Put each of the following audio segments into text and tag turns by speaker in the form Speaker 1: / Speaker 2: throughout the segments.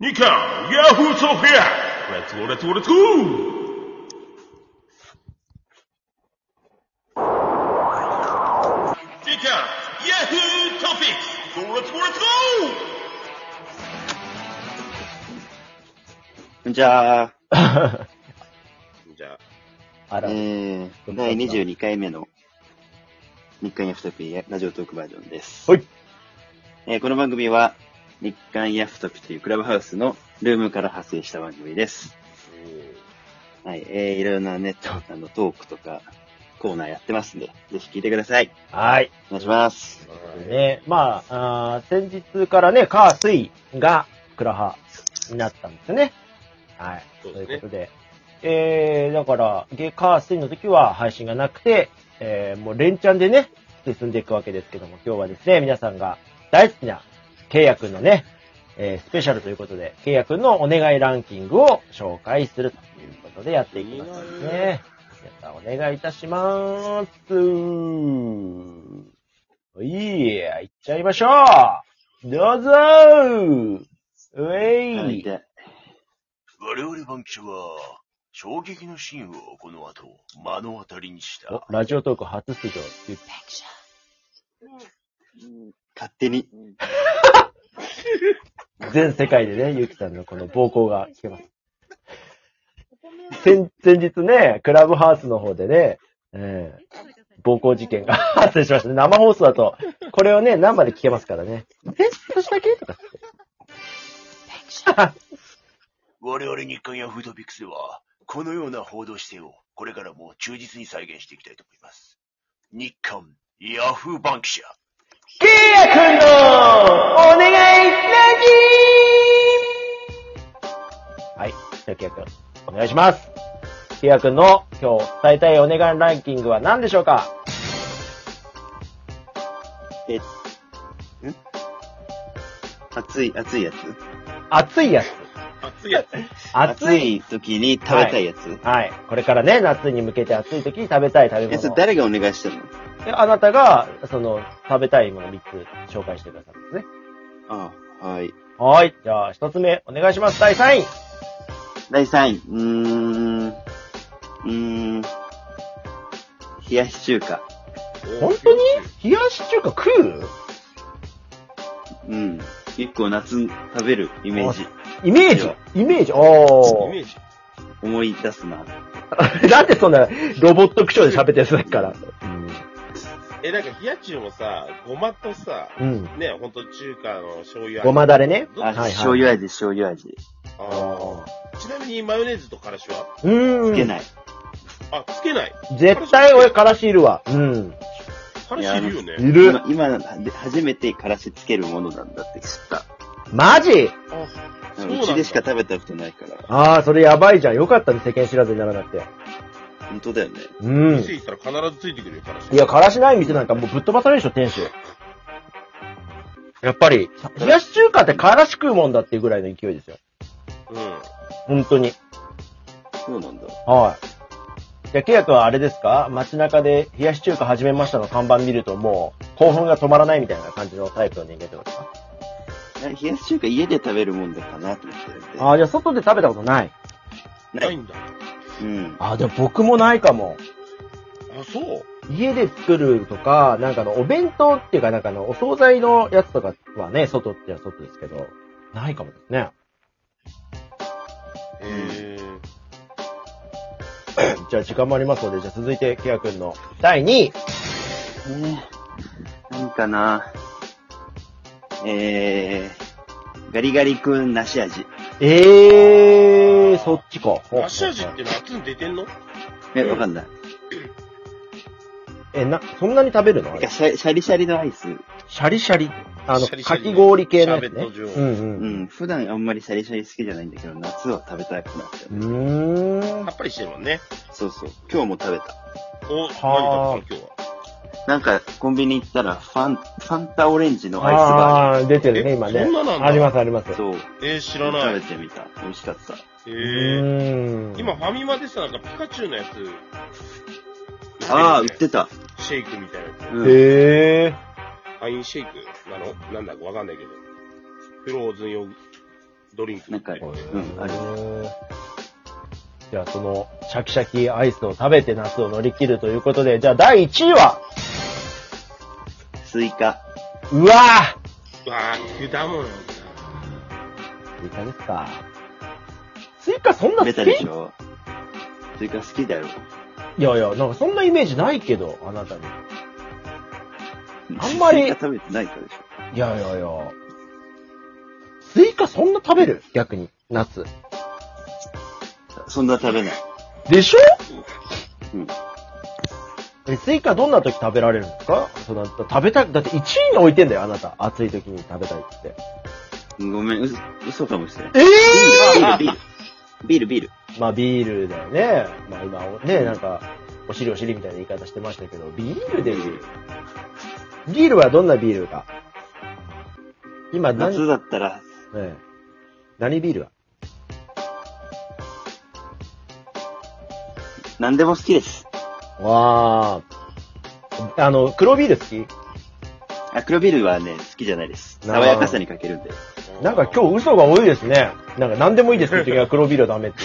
Speaker 1: ニカヤフーソフィアレッツゴーレッツゴーレッツゴーニカヤフートピックスゴーレッツゴーレッツゴー
Speaker 2: じゃあ、
Speaker 1: じゃあ、
Speaker 3: あら、
Speaker 2: えー、第22回目の日刊ヤフトピーラジオトークバージョンです。
Speaker 3: はい。
Speaker 2: えーこの番組は日刊ヤフトピーというクラブハウスのルームから発生した番組です。はい。えー、いろいろなネットあのトークとかコーナーやってますんで、ぜひ聞いてください。
Speaker 3: はい。
Speaker 2: お願いします。
Speaker 3: ね、まあ、あー先日からね、カースイがクラハになったんですね。はい。
Speaker 1: そう
Speaker 3: と
Speaker 1: ですね
Speaker 3: いうことで。えー、だから、ゲカースイの時は配信がなくて、えー、もう連チャンでね、進んでいくわけですけども、今日はですね、皆さんが大好きな、ケイヤくんのね、えー、スペシャルということで、ケイヤくんのお願いランキングを紹介するということでやっていきますね。皆さんお願いいたします。いいや、行っちゃいましょうどうぞうえい、
Speaker 2: はい。で
Speaker 4: 我々番記者は、衝撃のシーンをこの後、目の当たりにした。
Speaker 3: おラジオトーク初出場。
Speaker 2: 勝手に、
Speaker 3: 全世界でね、ゆうきさんのこの暴行が聞けます。先、先日ね、クラブハウスの方でね、えー暴行事件が 発生しましたね。生放送だと、これをね、生で聞けますからね。え私 だけとか
Speaker 4: 我々日刊やフードピックスでは、このような報道姿勢を、これからも忠実に再現していきたいと思います。日刊ヤフー番記者。
Speaker 3: ケイヤくんのお願いランキングはい、じゃあケイヤくん、お願いします。ケイヤくんの今日伝えたいお願いランキングは何でしょうか
Speaker 2: え、ん暑い、暑いやつ
Speaker 3: 熱いやつ。
Speaker 1: 熱いやつ。
Speaker 3: 熱い。
Speaker 2: い時に食べたいやつ、
Speaker 3: はい。これからね、夏に向けて暑い時に食べたい食べ
Speaker 2: え、それ
Speaker 3: 物。
Speaker 2: 誰がお願いしてるの
Speaker 3: えあなたが、その、食べたいもの3つ紹介してくださるんですね。
Speaker 2: あはい。
Speaker 3: はーい。じゃあ、1つ目、お願いします。第3位。
Speaker 2: 第3位。うーん。うーん。冷やし中華。
Speaker 3: 本当に冷やし中華食う
Speaker 2: うん。結構夏食べるイメージ。
Speaker 3: イメージイメージおー
Speaker 1: イメ。ージ。
Speaker 2: 思い出すな。
Speaker 3: なんでそんなロボット口調で喋ってるんだから。
Speaker 1: え、なんか、冷や中もさ、ごまとさ、
Speaker 3: うん。
Speaker 1: ね、ほんと中華の醤油味
Speaker 3: ごまだれね。
Speaker 1: ど
Speaker 2: あ、
Speaker 1: っち
Speaker 3: はい
Speaker 2: 醤油味、醤油味。
Speaker 1: あーちなみにマヨネーズとからしは
Speaker 3: う
Speaker 2: つけ
Speaker 3: ーん。
Speaker 2: ない。
Speaker 1: あ、つけない。
Speaker 3: 絶対俺、からしいるわ。うん。
Speaker 1: からしいるよね。
Speaker 3: い
Speaker 2: 今、。今で初めてからしつけるものなんだって知った。
Speaker 3: マジ
Speaker 1: あ、そううなん
Speaker 2: ち
Speaker 1: だ。
Speaker 2: でしか食べたことないから。
Speaker 3: ああ、それやばいじゃん。よかったね、世間知らずにならなくて。
Speaker 2: 本当だよね。
Speaker 3: うん。
Speaker 1: 店行ったら必ずついてくるよ、からし。
Speaker 3: いや、からしない店なんかもうぶっ飛ばされるでしょ、店主。やっぱり、冷やし中華ってからし食うもんだっていうぐらいの勢いですよ。
Speaker 1: うん。
Speaker 3: 本当に。
Speaker 2: そうなんだ。
Speaker 3: はい。じゃあ、ケイヤ君はあれですか街中で冷やし中華始めましたの看板見るともう、興奮が止まらないみたいな感じのタイプの人間ってことですか
Speaker 2: え冷やし中華家で食べるもんだかなと思って
Speaker 3: ああ、じゃあ外で食べたことない。
Speaker 2: な
Speaker 1: ない
Speaker 2: い。
Speaker 1: んだ。
Speaker 2: うん。
Speaker 3: ああ、じゃあ僕もないかも。
Speaker 1: あ、そう
Speaker 3: 家で作るとか、なんかあの、お弁当っていうか、なんかあの、お惣菜のやつとかはね、外っては外ですけど、ないかもですね。
Speaker 1: へー
Speaker 3: じゃあ時間もありますので、じゃあ続いて、ケア君の第2位。
Speaker 2: ね何かなえー、ガリガリ君梨味。
Speaker 3: ええー、そっちか。
Speaker 1: 梨味って夏に出てんの
Speaker 2: え、わかんない。
Speaker 3: え、な、そんなに食べるのあ
Speaker 2: なん
Speaker 3: れ
Speaker 2: かシャシャリシャリのアイス。
Speaker 3: シャリシャリ。あの、
Speaker 1: シャリシャ
Speaker 3: か
Speaker 1: リ
Speaker 3: き氷系のやつ
Speaker 1: シャーベッ
Speaker 3: ね
Speaker 1: ト。状
Speaker 3: うん
Speaker 2: うん。普段あんまりシャリシャリ好きじゃないんだけど、夏は食べたくなったよ
Speaker 3: う
Speaker 2: ね。
Speaker 3: ん。うーん
Speaker 1: さ。っぱりしてるもんね。
Speaker 2: そうそう。今日も食べた。
Speaker 1: お、何食
Speaker 3: は
Speaker 1: べたの今日は。
Speaker 2: なんか、コンビニ行ったら、ファン、ファンタオレンジのアイスバ
Speaker 3: ああー、出てるね、今ね。
Speaker 1: えそんななんだ
Speaker 3: あります、あります。
Speaker 2: ージ
Speaker 3: う
Speaker 2: ョー。そう。
Speaker 1: えー、知ら
Speaker 2: 食
Speaker 1: な
Speaker 2: べ
Speaker 1: い。
Speaker 2: てみた。美味しかった。
Speaker 1: へえ。
Speaker 3: ーん。
Speaker 1: 今、ファミマでさ、なんかピカチュウのやつ。
Speaker 2: ああ、売
Speaker 1: 売
Speaker 2: っ
Speaker 1: ってるよね
Speaker 2: てた。
Speaker 1: シェイクみたいなやつ。
Speaker 2: うん。
Speaker 3: へえ。
Speaker 1: アインシェイクなのなんだかわかんないけど。フローズン用
Speaker 5: ドリンク。
Speaker 2: なんか、うん、ある。
Speaker 3: じゃあ、その、シャキシャキアイスを食べて夏を乗り切るということで、じゃあ、第1位は、
Speaker 2: スイカ。
Speaker 3: うわ
Speaker 5: うわー、果物だ。
Speaker 3: ぁスイカですか。スイカそんな好
Speaker 2: ベ
Speaker 3: き
Speaker 2: タ
Speaker 3: い
Speaker 2: でしょスイカ好きだよ。
Speaker 3: やいや、なんかそんなイメージないけど、あなたに。あんまり
Speaker 2: スイカ食べてないからでしょ。
Speaker 3: いやいやいや。スイカそんな食べる逆に、夏。
Speaker 2: そんな食べない。
Speaker 3: でしょ
Speaker 2: うん。
Speaker 3: えスイカどんな時食べられるんですかその食べたい、だって1位に置いてんだよ、あなた。暑い時に食べたいって。
Speaker 2: ごめん、嘘嘘かもしれない。ビ
Speaker 3: え
Speaker 2: ール、ビール、ビール、ビール。
Speaker 3: まあビールだよね。まあ今、ね、なんか、お尻お尻みたいな言い方してましたけど、ビールでビール。ビールはどんなビールか今何、
Speaker 2: 夏だったら、
Speaker 3: ええ何ビールは
Speaker 2: 何でも好きです。
Speaker 3: わあ。あの、黒ビール好き
Speaker 2: あ、黒ビールはね、好きじゃないです。
Speaker 3: なるほ
Speaker 2: 爽
Speaker 3: ど
Speaker 2: やかさに欠けるんで。
Speaker 3: なんか今日嘘が多いですね。なんか何でもいいですって時は黒ビールはダメって。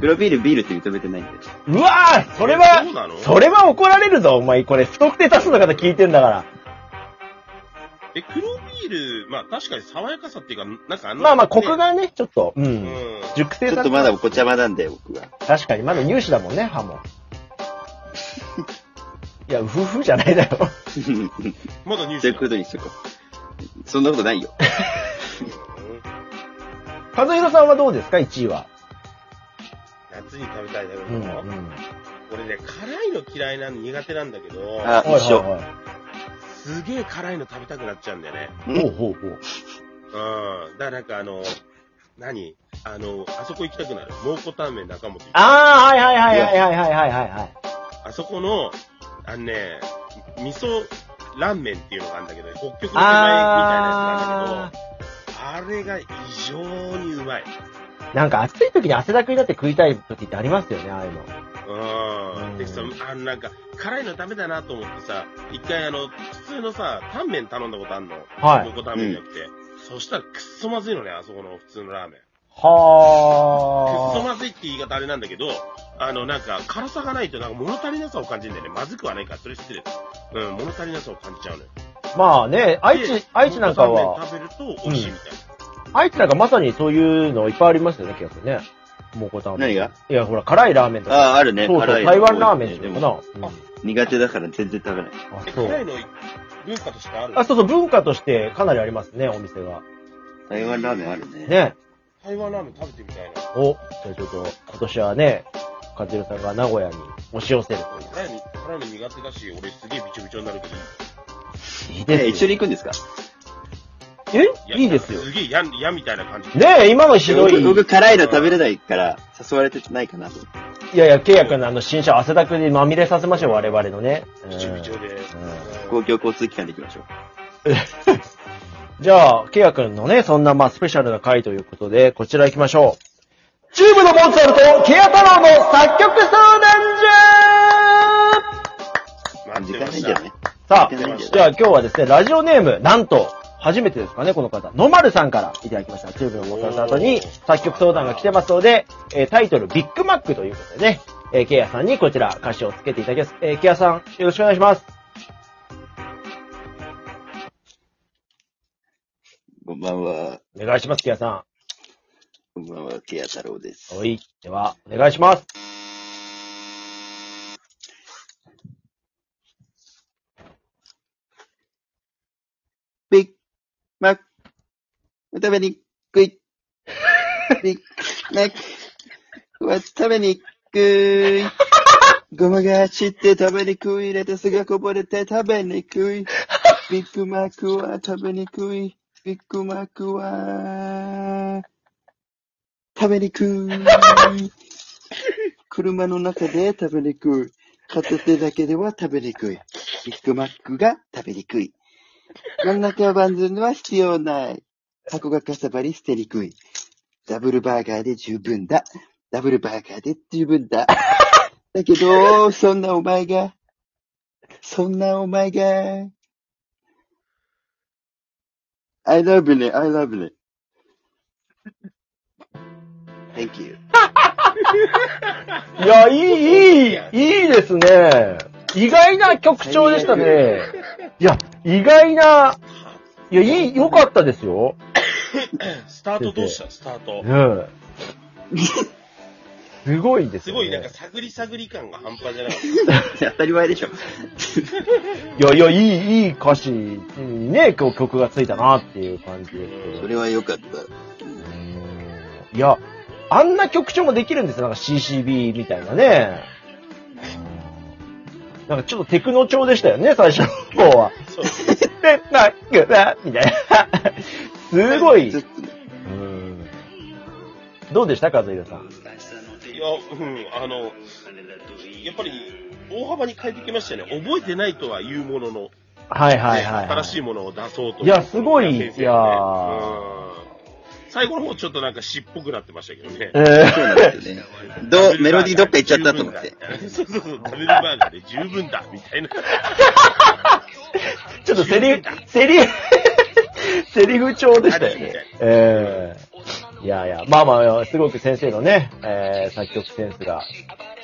Speaker 2: 黒ビール、ビールって認めてないんで。
Speaker 3: うわぁそれは
Speaker 5: そうなの
Speaker 3: それは怒られるぞ、お前。これ、不特定多数の方聞いてんだから。
Speaker 5: え、黒ビール、まあ確かに爽やかさっていうか、なんかあの、
Speaker 3: まあまあ、コ
Speaker 5: ね
Speaker 3: ク。がね、ちょっと、う。
Speaker 5: うんん。
Speaker 3: 熟成
Speaker 2: ちょ
Speaker 3: さ
Speaker 2: っと
Speaker 3: れ
Speaker 2: まだお子ちゃまなんで、僕は。
Speaker 3: 確かに、まだ乳歯だもんね、歯も。いや、うふふじゃないだろ。
Speaker 5: まだニュー
Speaker 2: そう
Speaker 5: ス
Speaker 2: いうことにしとこう。そんなことないよ。
Speaker 3: 和弘さんはどうですか、1位は。
Speaker 5: 夏に食べたい食べ
Speaker 3: うん、うん。
Speaker 5: 物。俺ね、辛いの嫌いなの苦手なんだけど、
Speaker 2: あ、
Speaker 3: はい
Speaker 2: 一緒。
Speaker 3: は
Speaker 5: すげえ辛いの食べたくなっちゃうんだよね。
Speaker 3: いはい。ほうほうほう。
Speaker 5: うん。だからなんかあの、何あの、あそこ行きたくなる。蒙古タンメン中本。
Speaker 3: あー、はいはいはいはいはいはいはいはい。
Speaker 5: あそこの、あのね、味噌ラーメンっていうのがあるんだけど、北極の手前みたいなや
Speaker 3: あ
Speaker 5: つなんだけど、あれが異常にうまい。
Speaker 3: ー。なんか暑い時に汗だくになって食いたい時ってありますよね、ああいうの。
Speaker 5: う
Speaker 3: うん
Speaker 5: ん。でさ、あの、なんか、辛いのダメだなと思ってさ、一回あの、普通のさ、タンメン頼んだことあんの。
Speaker 3: はい
Speaker 5: 蒙古タンメンじゃなくて。そしたらくっそまずいのね、あそこの普通のラーメン。くっそ
Speaker 3: は
Speaker 5: まずいって言い方あれなんだけど、あの、なんか、辛さがないと、なんか物足りなさを感じるんだよね。まずくはないから、それ失礼だ。うん、物足りなさを感じちゃうのよ。
Speaker 3: ー。まあね、愛知
Speaker 5: で、
Speaker 3: 愛知なんかは。
Speaker 5: 蒙古タンメン食べると美味しいみたいな。
Speaker 3: 愛知なんかまさにそういうのいっぱいありますよね、結構ね。蒙古タンメン。
Speaker 2: 何が
Speaker 3: いや、ほら、辛いラーメンとか。
Speaker 2: ああ、あるね。
Speaker 3: そうそ
Speaker 2: 辛
Speaker 3: う、
Speaker 2: いの
Speaker 3: 台湾ラーメン
Speaker 2: 多い
Speaker 3: と
Speaker 2: ねで
Speaker 3: か
Speaker 2: も、
Speaker 3: な。うんあ、
Speaker 2: 苦手だから全然食べない。
Speaker 5: え、
Speaker 3: そ。
Speaker 5: 辛いうの文化としてある
Speaker 3: あ、そうそう、文化としてかなりありますね、お店が。
Speaker 2: 台湾ラーメンあるね。
Speaker 3: ね。
Speaker 5: 台湾ラーメン食べてみたいな。
Speaker 3: お、じゃあちょっと、今年はね、和弘さんが名古屋に押し寄せると
Speaker 5: 辛いの、辛いの苦手だし、俺すげえびちょびちょになるけど。
Speaker 3: いう。
Speaker 2: え、一緒
Speaker 3: に。
Speaker 2: に行くんですか
Speaker 3: えいいですよ。
Speaker 5: すげえ嫌、嫌みたいな感じ。
Speaker 3: ねえ、今のひどい。
Speaker 2: 僕僕
Speaker 3: い
Speaker 2: 辛いの食べれないから、誘われてないかなと思って。
Speaker 3: やいや、ケイヤ君のあの新車汗だくにまみれさせましょう、我々のね。うん
Speaker 5: びちょびちょで。
Speaker 2: 公共交通機関で行きましょう。
Speaker 3: じゃあ、ケイヤ君のね、そんなまあスペシャルな回ということで、こちら行きましょう。チューブのモンツァルト、ケイヤ太郎の作曲相談
Speaker 5: 待
Speaker 2: 時
Speaker 5: って
Speaker 2: 間
Speaker 5: ま
Speaker 2: ないん
Speaker 5: し
Speaker 2: じゃ
Speaker 5: た
Speaker 2: な。い
Speaker 3: 所さ
Speaker 2: いけないんじゃな
Speaker 3: あ、
Speaker 2: い
Speaker 3: じゃあ今日はですね、ラジオネーム、なんと、初めてですかね、この方。ノマルさんからいただきました。チューブのモンツァルトの後に
Speaker 5: おー
Speaker 3: 作曲相談が来てますので、えータイトル、ビッグマックということでね、えーケイヤさんにこちら歌詞をつけていただきます。えーケイヤさん、よろしくお願いします。
Speaker 2: こんばんは。
Speaker 3: お願いします、ケイヤさ
Speaker 2: こんばんは、ケア太郎です
Speaker 3: ん。。おい。では、お願いします。
Speaker 2: ビッグマック。食べにくい。ビッグマックは食べにくい。ごまが散って食べにくい。レタスがこぼれて食べにくい。ビッグマックは食べにくい。ビッグマックは食べにくい。車の中で食べにくい。片手だけでは食べにくい。ビッグマックが食べにくい。真ん中バンズには必要ない。箱がかさばり捨てにくい。ダブルバーガーで十分だ。ダブルバーガーで十分だ。だけど、そんなお前が、そんなお前が、I love you ね、I love you ね。 Thank you.
Speaker 3: いや、いい、いい、いいですね。意外な曲調でしたね。いや、意外な、いや、いい、良かったですよ。
Speaker 5: スタートどうしたスタート。
Speaker 3: うん。 すごいです
Speaker 5: す
Speaker 3: よね。
Speaker 5: ごいなんか探り探り感が半端じゃなかっ
Speaker 2: 当たり前でしょ。
Speaker 3: いやいや、いい、いい歌詞にね、今日曲がついたなっていう感じですけど
Speaker 2: そ。れは良かった。
Speaker 3: いや、あんな曲調もできるんですよ。なんか CCB みたいなね。なんかちょっとテクノ調でしたよね、最初の方は。
Speaker 5: た。そう。
Speaker 3: で、な、ぐだ、みたいな。すごい。
Speaker 2: ずっ
Speaker 3: う
Speaker 2: とね
Speaker 3: んどうでしたか、ズイさん。
Speaker 5: いや、うん、あの、やっぱり大幅に変えてきましたよね。覚えてないとは言うものの、
Speaker 3: はいはいはい。
Speaker 5: 新しいものを出そうと。
Speaker 3: いやすご
Speaker 5: 先
Speaker 3: い
Speaker 5: 生がね
Speaker 3: いや
Speaker 5: うん最後の方ちょっとなんか詩っぽくなってましたけどね
Speaker 3: え。ー
Speaker 2: そうなんですよね。どう、メロディーどっか行っちゃったと思って。。
Speaker 5: そうそうそう、ダブルバーガーで十分だ、みた いな。
Speaker 3: ちょっとセ リフ、セリフ、セリフ調でしたよね。ええいやいや、まあまあ、すごく先生のね、えー作曲センスが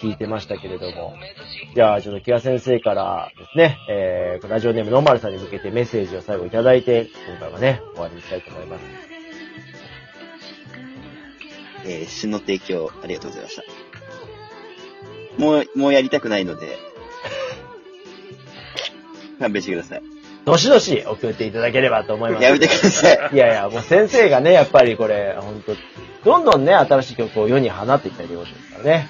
Speaker 3: 効いてましたけれども。じゃあ、ちょっと木屋先生からですね、えーラジオネームのんまるさんに向けてメッセージを最後いただいて、今回はね、終わりにしたいと思います。
Speaker 2: えー、詩の提供ありがとうございました。もう、もうやりたくないの で、勘弁してください。
Speaker 3: どしどし送っていただければと思います。
Speaker 2: やめてください。
Speaker 3: いやいや、もう先生がね、やっぱりこれ、ほんと、どんどんね、新しい曲を世に放っていった両親ですからね。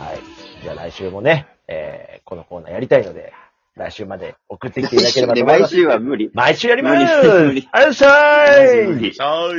Speaker 3: はい。じゃあ来週もね、えー、このコーナーやりたいので、来週まで 送ってきていただければと思いま
Speaker 2: 毎
Speaker 3: す。
Speaker 2: 週は無理。
Speaker 3: 毎週やります
Speaker 2: 無理無理
Speaker 3: ありがとうございました
Speaker 2: 無理
Speaker 5: さあ